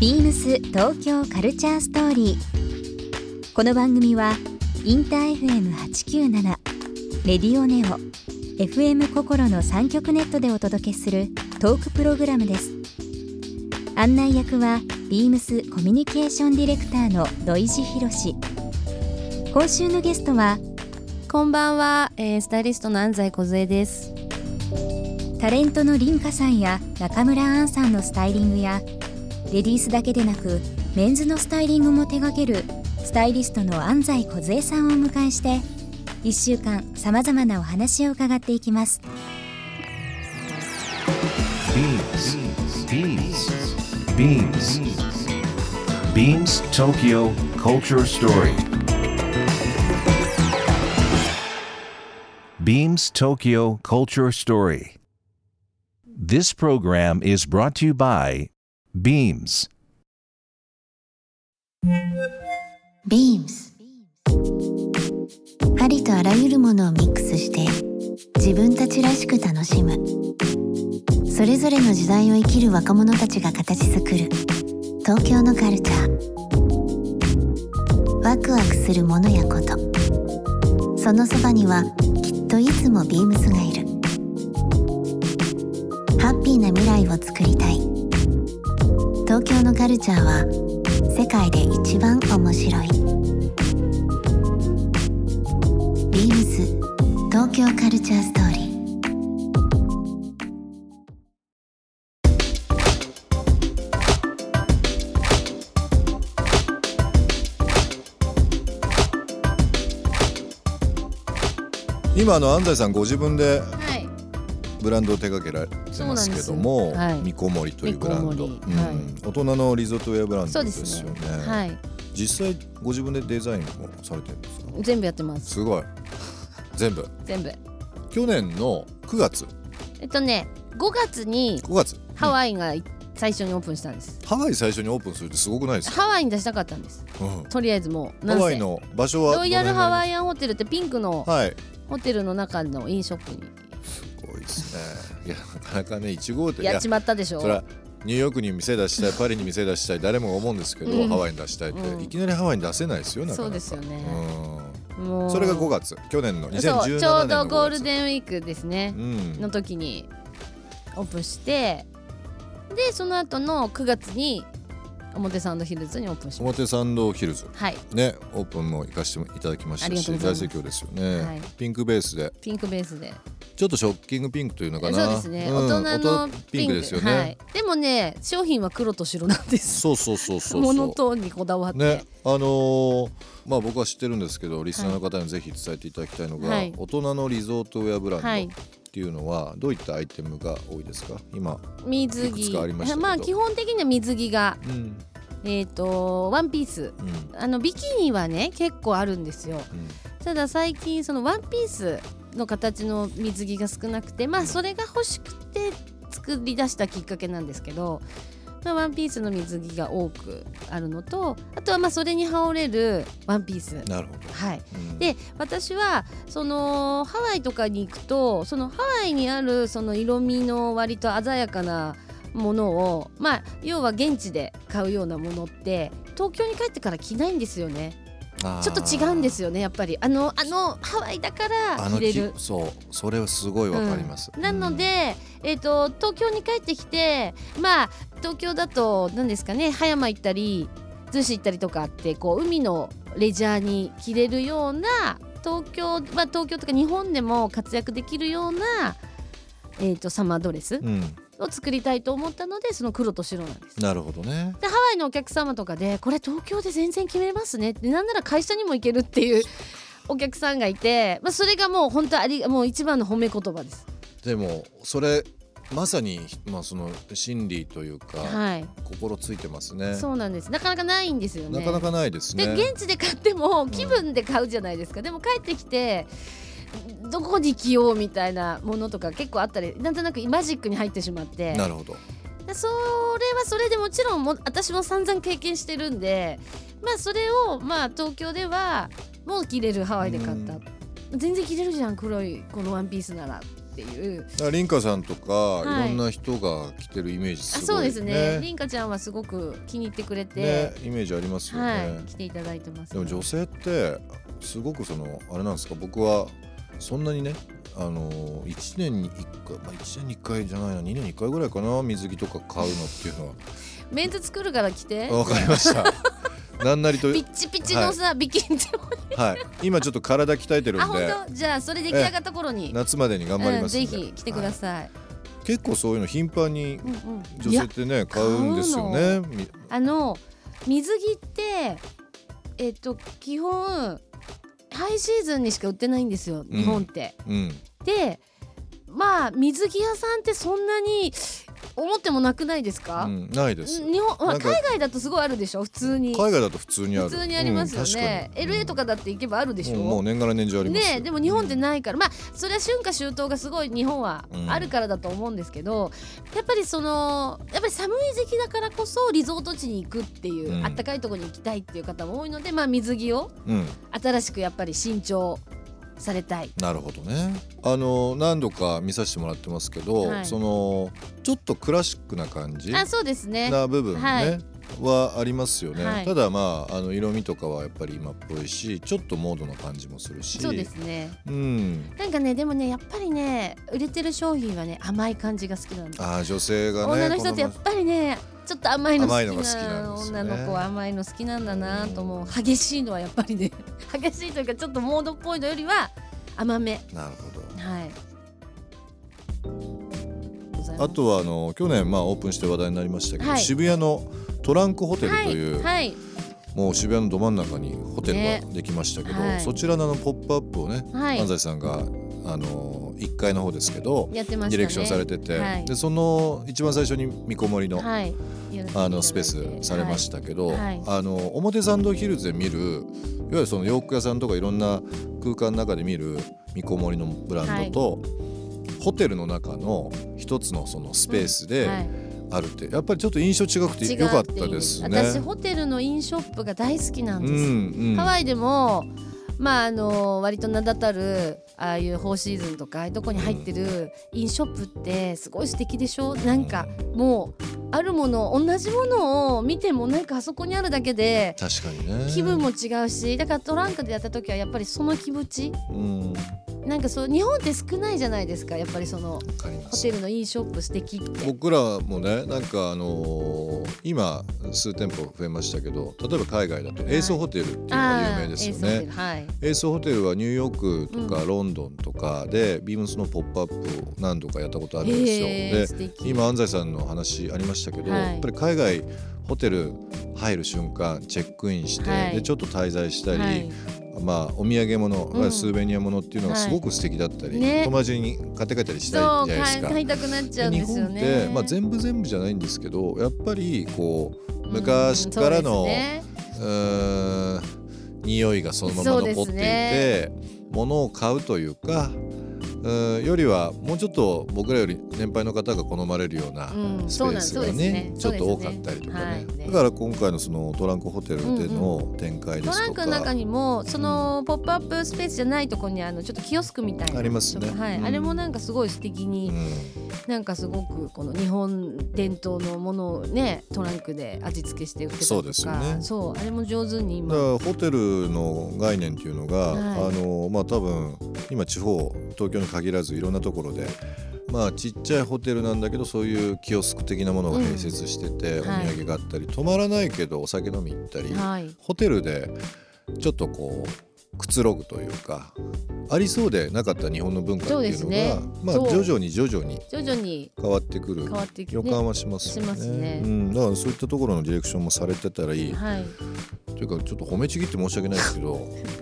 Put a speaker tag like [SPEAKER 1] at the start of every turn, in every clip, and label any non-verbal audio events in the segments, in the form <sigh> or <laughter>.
[SPEAKER 1] ビームス東京カルチャーストーリー。この番組はインター FM897 レディオネオ FM 心の三極ネットでお届けするトークプログラムです。案内役はビームスコミュニケーションディレクターの土井博志。今週のゲストは
[SPEAKER 2] こんばんは、えー、スタイリストの安西梢です。
[SPEAKER 1] タレントの凛花さんや中村アンさんのスタイリングやレディースだけでなくメンズのスタイリングも手掛けるスタイリストの安西梢さんをお迎えして1週間さまざまなお話を伺っていきます。
[SPEAKER 3] BeamsBeamsBeamsTokyo Culture Story Beams Tokyo Culture Story. This program is brought to you by Beams.
[SPEAKER 4] Beams 針とあらゆるものをミックスして自分たちらしく楽しむそれぞれの時代を生きる若者たちが形作る東京のカルチャーワクワクするものやことそのそばにはといつもビームスがいるハッピーな未来をつくりたい東京のカルチャーは世界で一番面白いビームス東京カルチャーストーリ
[SPEAKER 5] ー今の安西さんご自分でブランドを手掛けられてますけども、
[SPEAKER 2] そうなんですはい
[SPEAKER 5] みこもりというブランド、う
[SPEAKER 2] み
[SPEAKER 5] ん
[SPEAKER 2] こもりはい
[SPEAKER 5] 大人のリゾートウェアブラン
[SPEAKER 2] そ
[SPEAKER 5] ド
[SPEAKER 2] う
[SPEAKER 5] で
[SPEAKER 2] ですす
[SPEAKER 5] よ
[SPEAKER 2] ね
[SPEAKER 5] ね
[SPEAKER 2] はい
[SPEAKER 5] 実際ご自分でデザインもされてるんですか
[SPEAKER 2] 全部やってます
[SPEAKER 5] すごい全部
[SPEAKER 2] 全部
[SPEAKER 5] 去年の9月
[SPEAKER 2] えっとね5月に
[SPEAKER 5] 5月
[SPEAKER 2] ハワイが最初にオープンしたんです、
[SPEAKER 5] ハワイ最初にオープンするってすごくないですか、
[SPEAKER 2] ハワイに出したかったんです
[SPEAKER 5] うん
[SPEAKER 2] とりあえずもうな
[SPEAKER 5] ハ
[SPEAKER 2] んせ
[SPEAKER 5] ワイの場所は
[SPEAKER 2] ロイヤルハワ
[SPEAKER 5] イ
[SPEAKER 2] イアンホテルってピンクの
[SPEAKER 5] はい
[SPEAKER 2] ホテルの中の飲食に
[SPEAKER 5] すごいですねいやなかなかね1号店い
[SPEAKER 2] やっ
[SPEAKER 5] や
[SPEAKER 2] ちまったでしょ
[SPEAKER 5] それはニューヨークに店
[SPEAKER 2] <laughs>
[SPEAKER 5] 出したいパリに店出したい誰もが思うんですけど、
[SPEAKER 2] うん
[SPEAKER 5] ハワイに出したいって、
[SPEAKER 2] うん
[SPEAKER 5] いきなりハワイに出せないですよなかなか
[SPEAKER 2] そうですよね、
[SPEAKER 5] う
[SPEAKER 2] も
[SPEAKER 5] ん
[SPEAKER 2] う
[SPEAKER 5] それが5月去年の2017年の5
[SPEAKER 2] そう
[SPEAKER 5] 月
[SPEAKER 2] ちょうどゴールデンウィークですね、
[SPEAKER 5] うん
[SPEAKER 2] の時にオープンしてでその後の9月に表参道ヒルズにオープンしまし
[SPEAKER 5] 表参道ヒルズ
[SPEAKER 2] たはい
[SPEAKER 5] ねオープンも行かせていただきまし
[SPEAKER 2] あ
[SPEAKER 5] た
[SPEAKER 2] りがとうご
[SPEAKER 5] し
[SPEAKER 2] ざい
[SPEAKER 5] 大
[SPEAKER 2] ます
[SPEAKER 5] 盛況ですよね、
[SPEAKER 2] はい
[SPEAKER 5] ピンクベースで
[SPEAKER 2] ピンクベースで
[SPEAKER 5] ちょっとショッキングピンクというの
[SPEAKER 2] そ
[SPEAKER 5] か
[SPEAKER 2] う
[SPEAKER 5] な
[SPEAKER 2] ですね、
[SPEAKER 5] うん
[SPEAKER 2] 大人の
[SPEAKER 5] 大人
[SPEAKER 2] ピンク
[SPEAKER 5] ですよね、
[SPEAKER 2] はい、でもね商品は黒と白なんです
[SPEAKER 5] そうそうそうそう
[SPEAKER 2] モ
[SPEAKER 5] そ
[SPEAKER 2] ノ
[SPEAKER 5] う
[SPEAKER 2] トーンにこだわって、
[SPEAKER 5] ねあのーまあ僕は知ってるんですけどリスナーの方にぜひ伝えていただきたいのが、
[SPEAKER 2] はい
[SPEAKER 5] 大人のリゾートウェアブランド
[SPEAKER 2] はい
[SPEAKER 5] っていうのはどういったアイテムが多いですか今、
[SPEAKER 2] 水
[SPEAKER 5] いくつ
[SPEAKER 2] 着
[SPEAKER 5] かありましたけど
[SPEAKER 2] あ基本的には水着が
[SPEAKER 5] うんうん
[SPEAKER 2] えっ、とワンピースあのビキニはね結構あるんですよただ最近そのワンピースの形の水着が少なくてまあそれが欲しくて作り出したきっかけなんですけど、まあ、ワンピースの水着が多くあるのとあとはまあそれに羽織れるワンピース
[SPEAKER 5] うん、。なるほど、
[SPEAKER 2] はい、
[SPEAKER 5] うん
[SPEAKER 2] で私はそのハワイとかに行くとそのハワイにあるその色味の割と鮮やかなものをまあ要は現地で買うようなものって東京に帰ってから着ないんですよね。ちょっと違うんです
[SPEAKER 5] よ
[SPEAKER 2] よねやっぱりあのあのハワイだから
[SPEAKER 5] あの
[SPEAKER 2] 着れる
[SPEAKER 5] きそうそれはすごいわかります、
[SPEAKER 2] なので、えっと東京に帰ってきてまあ東京だと何ですかね葉山行ったり逗子行ったりとかってこう海のレジャーに着れるような東京、まあ、東京とか日本でも活躍できるような、えっとサマードレス
[SPEAKER 5] うん、うん
[SPEAKER 2] を作りたいと思ったのでその黒と白なんです。
[SPEAKER 5] なるほどね
[SPEAKER 2] でハワイのお客様とかでこれ東京で全然決めますねってなんなら会社にも行けるっていうお客さんがいて、まあ、それがもう本当ありもう一番の褒め言葉です。
[SPEAKER 5] でもそれまさに、まあ、その心理というか、
[SPEAKER 2] はい、
[SPEAKER 5] 心ついてますね
[SPEAKER 2] そうなんですなかなかないんですよね。
[SPEAKER 5] なかなかないですね
[SPEAKER 2] で現地で買っても気分で買うじゃないですか、でも帰ってきてどこに着ようみたいなものとか結構あったりなんとなくマジックに入ってしまって
[SPEAKER 5] なるほど
[SPEAKER 2] でそれはそれでもちろんも私も散々経験してるんでまあそれをまあ東京ではもう着れるハワイで買った全然着れるじゃん黒いこのワンピースならっていう
[SPEAKER 5] だからリンカさんとか、、
[SPEAKER 2] はいい
[SPEAKER 5] ろんな人が来てるイメージ
[SPEAKER 2] あ
[SPEAKER 5] す
[SPEAKER 2] そ
[SPEAKER 5] ご
[SPEAKER 2] う
[SPEAKER 5] いね
[SPEAKER 2] ですねりんかちゃんはすごく気に入ってくれて
[SPEAKER 5] ね、イメージありますよね、
[SPEAKER 2] はい来ていただいてます
[SPEAKER 5] でも女性ってすごくそのあれなんですか僕はそんなにねあの1年に1回、まあ、1年に1回じゃないな2年に1回ぐらいかな水着とか買うのっていうのは
[SPEAKER 2] メンズ作るから来て
[SPEAKER 5] あわかり
[SPEAKER 2] <laughs>
[SPEAKER 5] ましたなんなりと、は
[SPEAKER 2] ピッチピチのさ、ビキニって
[SPEAKER 5] い、今ちょっと体鍛えてる
[SPEAKER 2] あ
[SPEAKER 5] んで
[SPEAKER 2] 本当じゃあそれ出来上がった頃に、
[SPEAKER 5] 夏までに頑張り
[SPEAKER 2] うん、
[SPEAKER 5] ます
[SPEAKER 2] ぜ
[SPEAKER 5] んで、
[SPEAKER 2] ひ来てください、
[SPEAKER 5] はい結構そういうの頻繁に
[SPEAKER 2] うんうん
[SPEAKER 5] 女性ってね買うんですよねみ
[SPEAKER 2] あの水着ってえっと基本ハイシーズンにしか売ってないんですよ
[SPEAKER 5] うん
[SPEAKER 2] 日本って。
[SPEAKER 5] うん
[SPEAKER 2] でまあ水着屋さんってそんなに思ってもなくないですか、
[SPEAKER 5] うん、ないです
[SPEAKER 2] 日本ま
[SPEAKER 5] な
[SPEAKER 2] あ
[SPEAKER 5] んか
[SPEAKER 2] 海外だとすごいあるでしょ普通に
[SPEAKER 5] 海外だと普通にある
[SPEAKER 2] 普通にありますよね、
[SPEAKER 5] うん確かに
[SPEAKER 2] LA とかだって行けばあるでしょ、
[SPEAKER 5] もうもう年がら年中ありますよ
[SPEAKER 2] ねえでも日本ってないから、まあそれは春夏秋冬がすごい日本は
[SPEAKER 5] うん
[SPEAKER 2] あるからだと思うんですけど、やっぱりそのやっぱり寒い時期だからこそリゾート地に行くっていう、
[SPEAKER 5] うん
[SPEAKER 2] あったかいところに行きたいっていう方も多いので、まあ、水着を
[SPEAKER 5] うん
[SPEAKER 2] 新しくやっぱり新調されたい。
[SPEAKER 5] なるほどね。あの何度か見させてもらってますけど、
[SPEAKER 2] はい
[SPEAKER 5] そのちょっとクラシックな感じ
[SPEAKER 2] あそうですね
[SPEAKER 5] な部分ね。
[SPEAKER 2] はい
[SPEAKER 5] はありますよね、
[SPEAKER 2] はい
[SPEAKER 5] ただまああの色味とかはやっぱり今っぽいしちょっとモードな感じもするし
[SPEAKER 2] そうですね
[SPEAKER 5] うん、
[SPEAKER 2] なんかねでもねやっぱりね売れてる商品はね甘い感じが好きなんです、
[SPEAKER 5] あー女性がね
[SPEAKER 2] 女の人ってやっぱりねちょっと甘いの好きな
[SPEAKER 5] 甘いのが好きなんですよ
[SPEAKER 2] 女
[SPEAKER 5] ね
[SPEAKER 2] の子は甘いの好きなんだなと思う激しいのはやっぱりね <laughs> 激しいというかちょっとモードっぽいのよりは甘め
[SPEAKER 5] このなるほど
[SPEAKER 2] はいございます
[SPEAKER 5] あとはあの去年まあオープンして話題になりましたけど、
[SPEAKER 2] はい
[SPEAKER 5] 渋谷のトランクホテルと
[SPEAKER 2] はい
[SPEAKER 5] いう、
[SPEAKER 2] はい
[SPEAKER 5] もう渋谷のど真ん中にホテルができましたけど、
[SPEAKER 2] ねはい
[SPEAKER 5] そちらのあの「ポップアップをね、
[SPEAKER 2] はい
[SPEAKER 5] 安西さんがあの1階の方ですけど、
[SPEAKER 2] やってましたね
[SPEAKER 5] ディレクションされてて、
[SPEAKER 2] はい
[SPEAKER 5] でその一番最初に見こもりの,、
[SPEAKER 2] はい
[SPEAKER 5] あのスペースされましたけど、
[SPEAKER 2] はいはい
[SPEAKER 5] あの表参道ヒルズで見るいわゆるその洋服屋さんとかいろんな空間の中で見る見こもりのブランドと、ホテルの中の一つのそのスペース
[SPEAKER 2] た
[SPEAKER 5] で
[SPEAKER 2] はい
[SPEAKER 5] あるって、やっぱりちょっと印象違くて
[SPEAKER 2] 違う
[SPEAKER 5] よかったですね。
[SPEAKER 2] っていう私ホテルのインショップが大好きなん
[SPEAKER 5] う
[SPEAKER 2] です、
[SPEAKER 5] んうん
[SPEAKER 2] ハワイでもまああの割と名だたるああいうフォーシーズンとかああいうとこに入ってるインショップってすごい素敵でしょなんかもうあるもの同じものを見てもなんかあそこにあるだけで
[SPEAKER 5] 確かにね
[SPEAKER 2] 気分も違うしだからトランクでやった時はやっぱりその気持ち
[SPEAKER 5] うんわ
[SPEAKER 2] なんかそう日本って少ないじゃないですかやっぱりその
[SPEAKER 5] かりま
[SPEAKER 2] ホ
[SPEAKER 5] す
[SPEAKER 2] テルのインショップ素敵って。
[SPEAKER 5] 僕らもねなんかあのー今数店舗増えましたけど例えば海外だとエースホテルっていうのが有名ですよ
[SPEAKER 2] ああエースホテ
[SPEAKER 5] ね
[SPEAKER 2] ル。はい
[SPEAKER 5] エースホテルはニューヨークとかロンドンとかで、ビームスのポップアップを何度かやったことあるんですよ。
[SPEAKER 2] へえ
[SPEAKER 5] で
[SPEAKER 2] 素敵
[SPEAKER 5] 今安西さんの話ありましたけど、
[SPEAKER 2] はい
[SPEAKER 5] やっぱり海外ホテル入る瞬間チェックインして、
[SPEAKER 2] はい
[SPEAKER 5] でちょっと滞在したり、
[SPEAKER 2] はい
[SPEAKER 5] まあ、お土産物、
[SPEAKER 2] うん
[SPEAKER 5] スーベニア物っていうのが
[SPEAKER 2] はい
[SPEAKER 5] すごく素敵だったり、
[SPEAKER 2] ね
[SPEAKER 5] 友達に買って帰ったりしたい
[SPEAKER 2] そう
[SPEAKER 5] じゃないです
[SPEAKER 2] 買い
[SPEAKER 5] か。
[SPEAKER 2] 買いたくなっちゃうん
[SPEAKER 5] 日
[SPEAKER 2] です
[SPEAKER 5] 本
[SPEAKER 2] よ
[SPEAKER 5] っ
[SPEAKER 2] ね。
[SPEAKER 5] て、まあ、全部全部じゃないんですけどやっぱりこう昔からの、
[SPEAKER 2] うんそうですね
[SPEAKER 5] うーん匂いがそのまま
[SPEAKER 2] そうで
[SPEAKER 5] 残っ
[SPEAKER 2] す
[SPEAKER 5] ていて、
[SPEAKER 2] ね
[SPEAKER 5] 物を買うというかうーんよりはもうちょっと僕らより年配の方が好まれるような
[SPEAKER 2] うん
[SPEAKER 5] スペ
[SPEAKER 2] そうなん
[SPEAKER 5] ースがね,、ち
[SPEAKER 2] そ
[SPEAKER 5] ょ
[SPEAKER 2] うですね
[SPEAKER 5] っと多かったりとか
[SPEAKER 2] そ
[SPEAKER 5] ね,、
[SPEAKER 2] うですねはい
[SPEAKER 5] だから今回のそのトランクホテルでの展開で
[SPEAKER 2] トラ
[SPEAKER 5] す
[SPEAKER 2] ンク
[SPEAKER 5] とか、
[SPEAKER 2] の中にもそのポップアップスペースじゃないところにあのちょっとキオスクみたいな
[SPEAKER 5] ありますね
[SPEAKER 2] はい
[SPEAKER 5] うん
[SPEAKER 2] あれもなんかすごい素敵に、
[SPEAKER 5] うん
[SPEAKER 2] なんかすごくこの日本伝統のものをねトランクで味付けして売ってたりとか
[SPEAKER 5] そうですよね
[SPEAKER 2] そうあれも上手に
[SPEAKER 5] だか
[SPEAKER 2] 今
[SPEAKER 5] らホテルの概念っていうのが、
[SPEAKER 2] はい
[SPEAKER 5] あのまあ多分今地方東京に限らずいろんなところで。まあちっちゃいホテルなんだけどそういうキオスク的なものが併設してて、
[SPEAKER 2] うんはい
[SPEAKER 5] お土産があったり泊まらないけどお酒飲み行ったり、
[SPEAKER 2] はい
[SPEAKER 5] ホテルでちょっとこうくつろぐというかありそうでなかった日本の文化っていう
[SPEAKER 2] そ
[SPEAKER 5] のが
[SPEAKER 2] うですね
[SPEAKER 5] まあ
[SPEAKER 2] そう
[SPEAKER 5] 徐々に徐々に
[SPEAKER 2] 徐々に
[SPEAKER 5] 変わってくる
[SPEAKER 2] 変わってきて、
[SPEAKER 5] 予感はしますよ
[SPEAKER 2] し
[SPEAKER 5] ね
[SPEAKER 2] ますね
[SPEAKER 5] うん、だからそういったところのディレクションもされてたらいい、
[SPEAKER 2] はい
[SPEAKER 5] というかちょっと褒めちぎって申し訳ないです
[SPEAKER 2] <laughs>
[SPEAKER 5] けど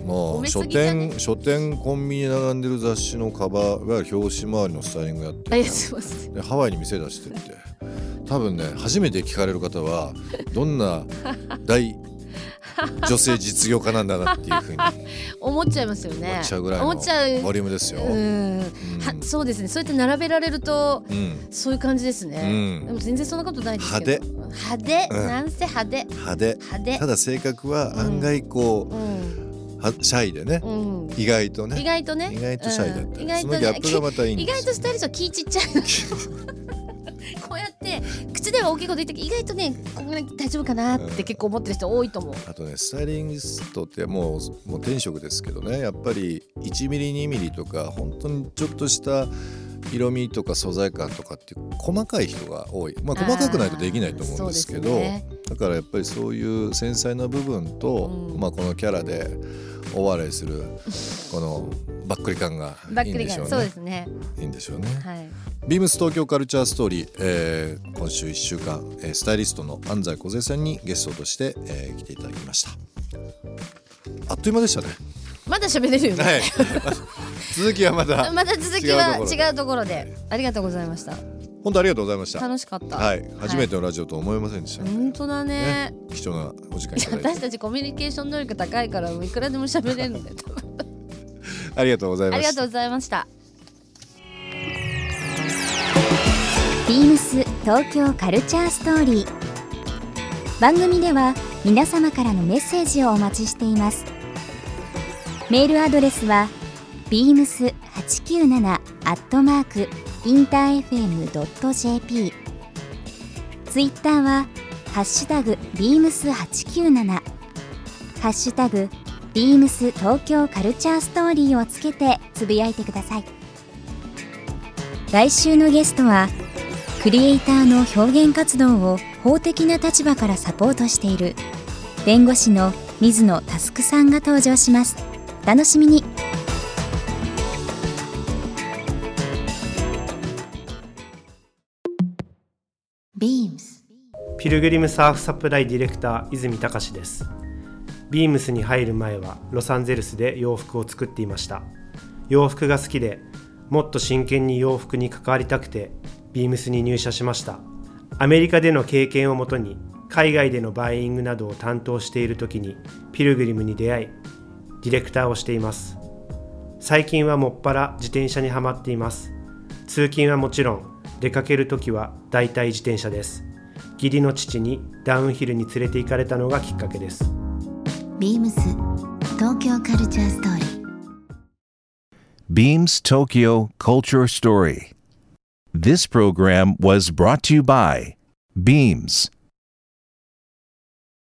[SPEAKER 5] ま
[SPEAKER 2] 褒
[SPEAKER 5] あ
[SPEAKER 2] め
[SPEAKER 5] 書
[SPEAKER 2] すぎじゃね
[SPEAKER 5] 店書店コンビニに並んでる雑誌のカバーいわゆる表紙周りのスタイリングやって
[SPEAKER 2] あ
[SPEAKER 5] て
[SPEAKER 2] りがとうございます
[SPEAKER 5] でハワイに店出してるって多分ね初めて聞かれる方はど
[SPEAKER 2] <laughs>
[SPEAKER 5] んな大女性実業家なんだなっ
[SPEAKER 2] <laughs>
[SPEAKER 5] ていうふうに
[SPEAKER 2] 思っちゃいますよね
[SPEAKER 5] 思っちゃうぐらいのボ
[SPEAKER 2] 思っちゃう
[SPEAKER 5] リュームですよ。
[SPEAKER 2] う
[SPEAKER 5] うん
[SPEAKER 2] んはそうですねそうやって並べられると
[SPEAKER 5] うん
[SPEAKER 2] そういう感じです
[SPEAKER 5] う
[SPEAKER 2] ね、で
[SPEAKER 5] ん
[SPEAKER 2] も全然そんなことないですけど派手派手、
[SPEAKER 5] うん
[SPEAKER 2] なんせ派手
[SPEAKER 5] 派手
[SPEAKER 2] 派手
[SPEAKER 5] ただ性格は
[SPEAKER 2] うん
[SPEAKER 5] 案外こ
[SPEAKER 2] うん
[SPEAKER 5] う、はシャイでね
[SPEAKER 2] うん、
[SPEAKER 5] 意外と
[SPEAKER 2] 意
[SPEAKER 5] ね
[SPEAKER 2] 外とね
[SPEAKER 5] 意外とシャイだった
[SPEAKER 2] うん意
[SPEAKER 5] り、
[SPEAKER 2] 外
[SPEAKER 5] そ
[SPEAKER 2] と
[SPEAKER 5] のギャップがまたいいん
[SPEAKER 2] 意
[SPEAKER 5] で
[SPEAKER 2] 外
[SPEAKER 5] す
[SPEAKER 2] と
[SPEAKER 5] よ
[SPEAKER 2] 二人じゃ気ちっちゃいの <laughs> こうやって口では大きいこと言って意外とねこんな大丈夫かなって結構思ってる人多いと思う、
[SPEAKER 5] あとねスタイリングストってもうもう天職ですけどねやっぱり1ミリ2ミリとか本当にちょっとした色味とか素材感とかっていう細かい人が多い、まあ、細かくないとできないと思うんですけど
[SPEAKER 2] あーそうですね
[SPEAKER 5] だからやっぱりそういう繊細な部分と、
[SPEAKER 2] うん
[SPEAKER 5] まあ、このキャラでお笑いするこのばっくり感が
[SPEAKER 2] ばっ
[SPEAKER 5] いい
[SPEAKER 2] く
[SPEAKER 5] ん
[SPEAKER 2] り
[SPEAKER 5] でしょ
[SPEAKER 2] が
[SPEAKER 5] う
[SPEAKER 2] そうで
[SPEAKER 5] ね
[SPEAKER 2] すね
[SPEAKER 5] いいんでしょうね。
[SPEAKER 2] はい
[SPEAKER 5] ビームス東京カルチャーストーリー、えー今週1週間、えースタイリストの安西梢さんにゲストとして、えー来ていただきましたあっという間でしたね
[SPEAKER 2] まだ喋れるよね、
[SPEAKER 5] はい <laughs> 続きはまた
[SPEAKER 2] また続きは
[SPEAKER 5] 違うところ
[SPEAKER 2] 違
[SPEAKER 5] で
[SPEAKER 2] うところでありがとうございました
[SPEAKER 5] 本当ありがとうございました
[SPEAKER 2] 楽しかった
[SPEAKER 5] はい初めてのラジオとは思いませんでしたね、
[SPEAKER 2] 本当だね
[SPEAKER 5] 貴重なお時間いただ
[SPEAKER 2] 私
[SPEAKER 5] いて
[SPEAKER 2] たちコミュニケーション能力高いからもういくらでも喋れるんだよ
[SPEAKER 5] ありがとうござい
[SPEAKER 2] あ
[SPEAKER 5] ま
[SPEAKER 2] り
[SPEAKER 5] し
[SPEAKER 2] が
[SPEAKER 5] た
[SPEAKER 2] とうございました
[SPEAKER 1] ビームス東京カルチャーストーリー番組では皆様からのメッセージをお待ちしていますメールアドレスは beams897 アットマークインター FM.jp ツイッターはハッシュタグ beams897 ハッシュタグ beams 東京カルチャーストーリーをつけてつぶやいてください来週のゲストはクリエイターの表現活動を法的な立場からサポートしている弁護士の水野佑さんが登場しますお楽しみに
[SPEAKER 4] ビームス
[SPEAKER 6] ピルグリムサーフサプライディレクター泉隆ですビームスに入る前はロサンゼルスで洋服を作っていました洋服が好きでもっと真剣に洋服に関わりたくてビームスに入社しましたアメリカでの経験をもとに海外でのバイイングなどを担当している時にピルグリムに出会いディレクターをしています最近はもっぱら自転車にはまっています通勤はもちろん出かける時はだいたい自転車です義理の父にダウンヒルに連れて行かれたのがきっかけです
[SPEAKER 4] ビームス東京カルチャーストーリー
[SPEAKER 3] Beams Tokyo Culture Story. This program was brought to you by Beams.